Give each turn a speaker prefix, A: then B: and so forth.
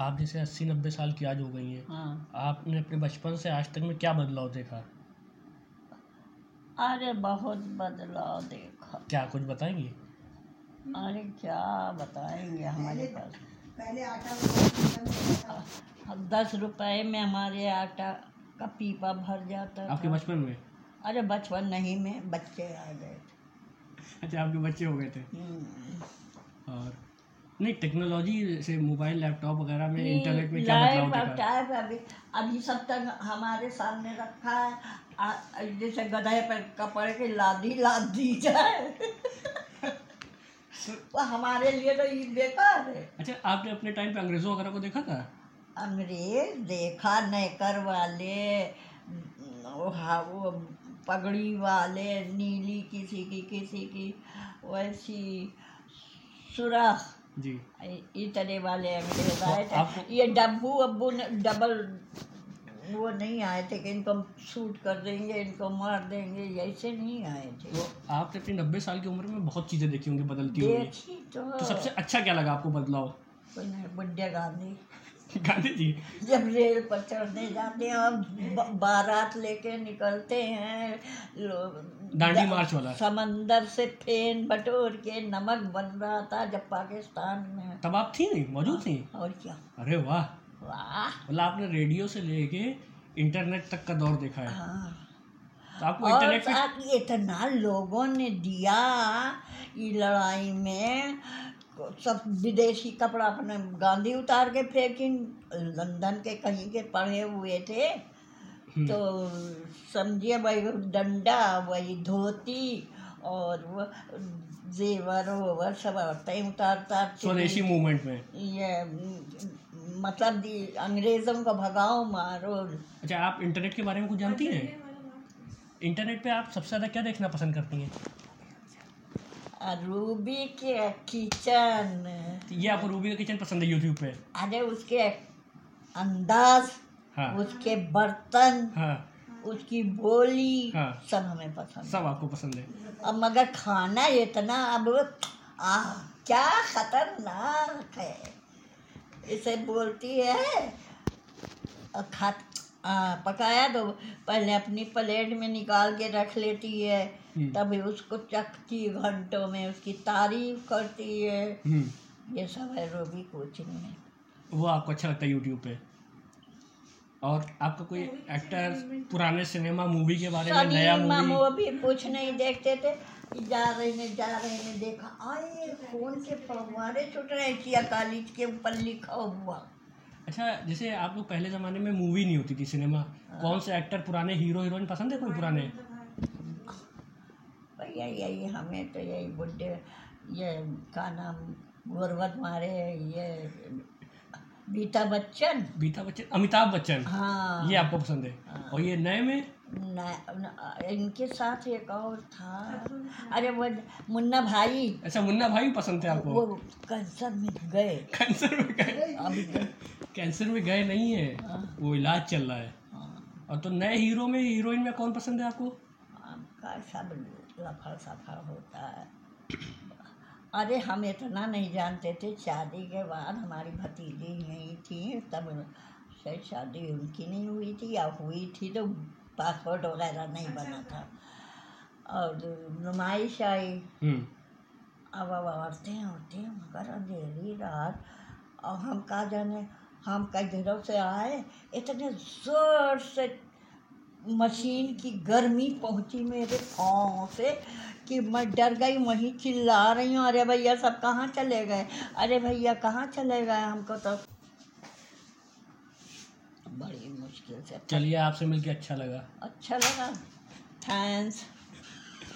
A: आप जैसे अस्सी नब्बे साल की आज हो गई हैं
B: हाँ
A: आपने अपने बचपन से आज तक में क्या बदलाव देखा
B: अरे बहुत बदलाव देखा
A: क्या कुछ बताएंगी
B: अरे क्या बताएंगे हमारे पास
C: पहले आटा गूंदना
B: अब दस रुपए में हमारे आटा का पीपा भर जाता
A: आपके
B: था।
A: बचपन में
B: अरे बचपन नहीं में बच्चे आ गए थे।
A: अच्छा आपके बच्चे हो गए थे
B: हम्म।
A: और नहीं टेक्नोलॉजी जैसे मोबाइल लैपटॉप वगैरह में इंटरनेट में क्या
B: लाइव
A: बदलाव देखा
B: टाइप अभी अभी सब तक हमारे सामने रखा है आ, जैसे गधे पर कपड़े की लादी लाद दी जाए वो हमारे लिए तो ये बेकार है
A: अच्छा आपने अपने टाइम पे अंग्रेजों वगैरह को देखा था
B: अंग्रेज देखा नेकर वाले वो हा- वो पगड़ी वाले नीली किसी की किसी की वैसी सुराख
A: जी
B: इतने वाले अंग्रेज आए
A: आपको-
B: थे ये डब्बू अब्बू ने डबल वो नहीं आए थे कि इनको हम शूट कर देंगे इनको मार देंगे ऐसे नहीं आए थे
A: तो आपने अपनी नब्बे साल की उम्र में बहुत चीज़ें देखी होंगी बदलती होंगी
B: देखी तो
A: तो सबसे अच्छा क्या लगा आपको बदलाव
B: कोई नहीं, बुड्ढे गांधी
A: गांधी जी
B: जब रेल पर चढ़ने जाते हैं और ब- बारात लेके निकलते हैं लो-
A: दांडी
B: द-
A: मार्च वाला।
B: समंदर से फेन बटोर के नमक बन रहा था जब पाकिस्तान में
A: तब आप थी नहीं मौजूद थी
B: और क्या
A: अरे वाह
B: वाह
A: मतलब आपने रेडियो से लेके इंटरनेट तक का दौर देखा है
B: हाँ
A: तो आपको
B: और
A: इंटरनेट पे
B: साथ ही इतना लोगों ने दिया ये लड़ाई में सब विदेशी कपड़ा अपने गांधी उतार के फेंकी लंदन के कहीं के पढ़े हुए थे तो समझिए भाई वो डंडा वही धोती और वो जेवर ओवर सब औरतें उतार उतार के
A: स्वदेशी मूवमेंट में
B: ये मतलब ये अंग्रेजों को भगाओ मारो
A: अच्छा आप इंटरनेट के बारे में कुछ जानती हैं इंटरनेट पे आप सबसे ज़्यादा क्या देखना पसंद करती हैं
B: रूबी के किचन
A: ये आपको रूबी का किचन पसंद है यूट्यूब पे
B: अरे उसके अंदाज
A: हाँ
B: उसके बर्तन
A: हाँ
B: उसकी बोली
A: हाँ।
B: सब हमें पसंद
A: सब आपको पसंद है
B: अब मगर खाना इतना अब आ क्या खतरनाक है इसे बोलती है और खा आ, पकाया तो पहले अपनी प्लेट में निकाल के रख लेती है
A: हम्म।
B: तभी उसको चखती घंटों में उसकी तारीफ करती है
A: हम्म,
B: ये सब है रोबी कोचिंग में
A: वो आपको अच्छा लगता है यूट्यूब पे और आपका कोई एक्टर पुराने सिनेमा मूवी के बारे में नया
B: सलीमा
A: मूवी
B: वो भी कुछ नहीं देखते थे जा रहे ने जा रहे ने देखा आए फोन के फवारे छूट रहे किया कॉलेज के ऊपर लिखा हुआ
A: अच्छा जैसे आप लोग पहले ज़माने में मूवी नहीं होती थी सिनेमा कौन से एक्टर पुराने हीरो हीरोइन पसंद है कोई पुराने
B: भैया यही हमें तो यही बुढ़े ये का नाम गुरबत मारे ये बीता बच्चन
A: बीता बच्चन अमिताभ बच्चन
B: हाँ
A: ये आपको पसंद है और ये नए में
B: न- न- इनके साथ एक और था अरे वो मुन्ना भाई
A: अच्छा मुन्ना भाई पसंद थे
B: वो
A: आपको
B: कैंसर में गए
A: कैंसर में गए
B: अभी तक
A: कैंसर में गए नहीं है वो इलाज चल रहा है
B: हाँ
A: और तो नए हीरो में हीरोइन में कौन पसंद है आपको
B: हाँ, आपका सब लफड़ सफड़ होता है अरे हम इतना नहीं जानते थे शादी के बाद हमारी भतीजी नहीं थी तब शायद शादी उनकी नहीं हुई थी या हुई थी तो पासपोर्ट वगैरह नहीं बना था और नुमाइश आई
A: हम्म
B: अब अब औरतें औरतें मगर अंधेरी रात और हम कहा जाने हम कई दिनों से आए इतने जोर से मशीन की गर्मी पहुंची मेरे पाँव से कि मैं डर गई वहीं चिल्ला रही हूँ अरे भैया सब कहाँ चले गए अरे भैया कहाँ चले गए हमको तो बड़ी मुश्किल से
A: चलिए आपसे मिलके अच्छा लगा
B: अच्छा लगा थैंक्स